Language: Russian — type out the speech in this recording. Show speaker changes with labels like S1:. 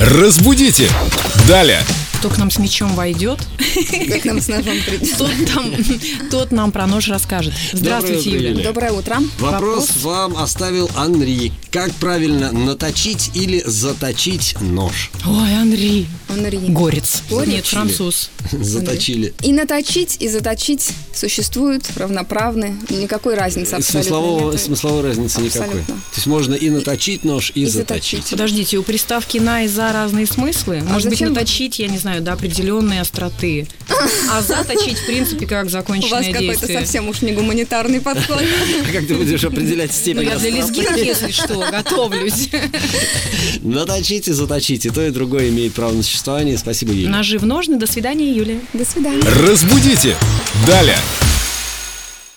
S1: Разбудите! Далее!
S2: Кто к нам с мечом войдет,
S3: Как нам с ножом прийти?
S2: тот, там, тот нам про нож расскажет. Здравствуйте,
S4: Доброе
S2: Юля.
S4: утро, Юля.
S3: Доброе утро.
S4: Вопрос вам оставил Анри. Как правильно наточить или заточить нож?
S2: Ой, Анри.
S3: Анри.
S2: Горец.
S3: Горец?
S2: Нет, француз.
S4: Заточили.
S3: И наточить, и заточить существуют равноправны. Никакой разницы абсолютно
S4: Э, Смыслового,
S3: нет.
S4: смысловой разницы никакой.
S3: Абсолютно.
S4: То есть можно и наточить нож, и,
S3: и
S4: заточить.
S3: заточить.
S2: Подождите, у приставки на и за разные смыслы. Может быть,
S3: А зачем?
S2: наточить, я не знаю, до определенной остроты. А заточить, в принципе, как
S3: У вас
S2: законченное
S3: какой-то
S2: действие.
S3: совсем уж не гуманитарный подход.
S4: Как ты будешь определять
S2: Ну,
S4: степень
S2: я для
S4: остроты?
S2: лезгинки, если что, готовлюсь.
S4: Наточить и заточить. И то, и другое имеет право на существование. Спасибо, Юля.
S2: Ножи в ножны. До свидания, Юлия.
S3: До свидания.
S1: Разбудите! Далее!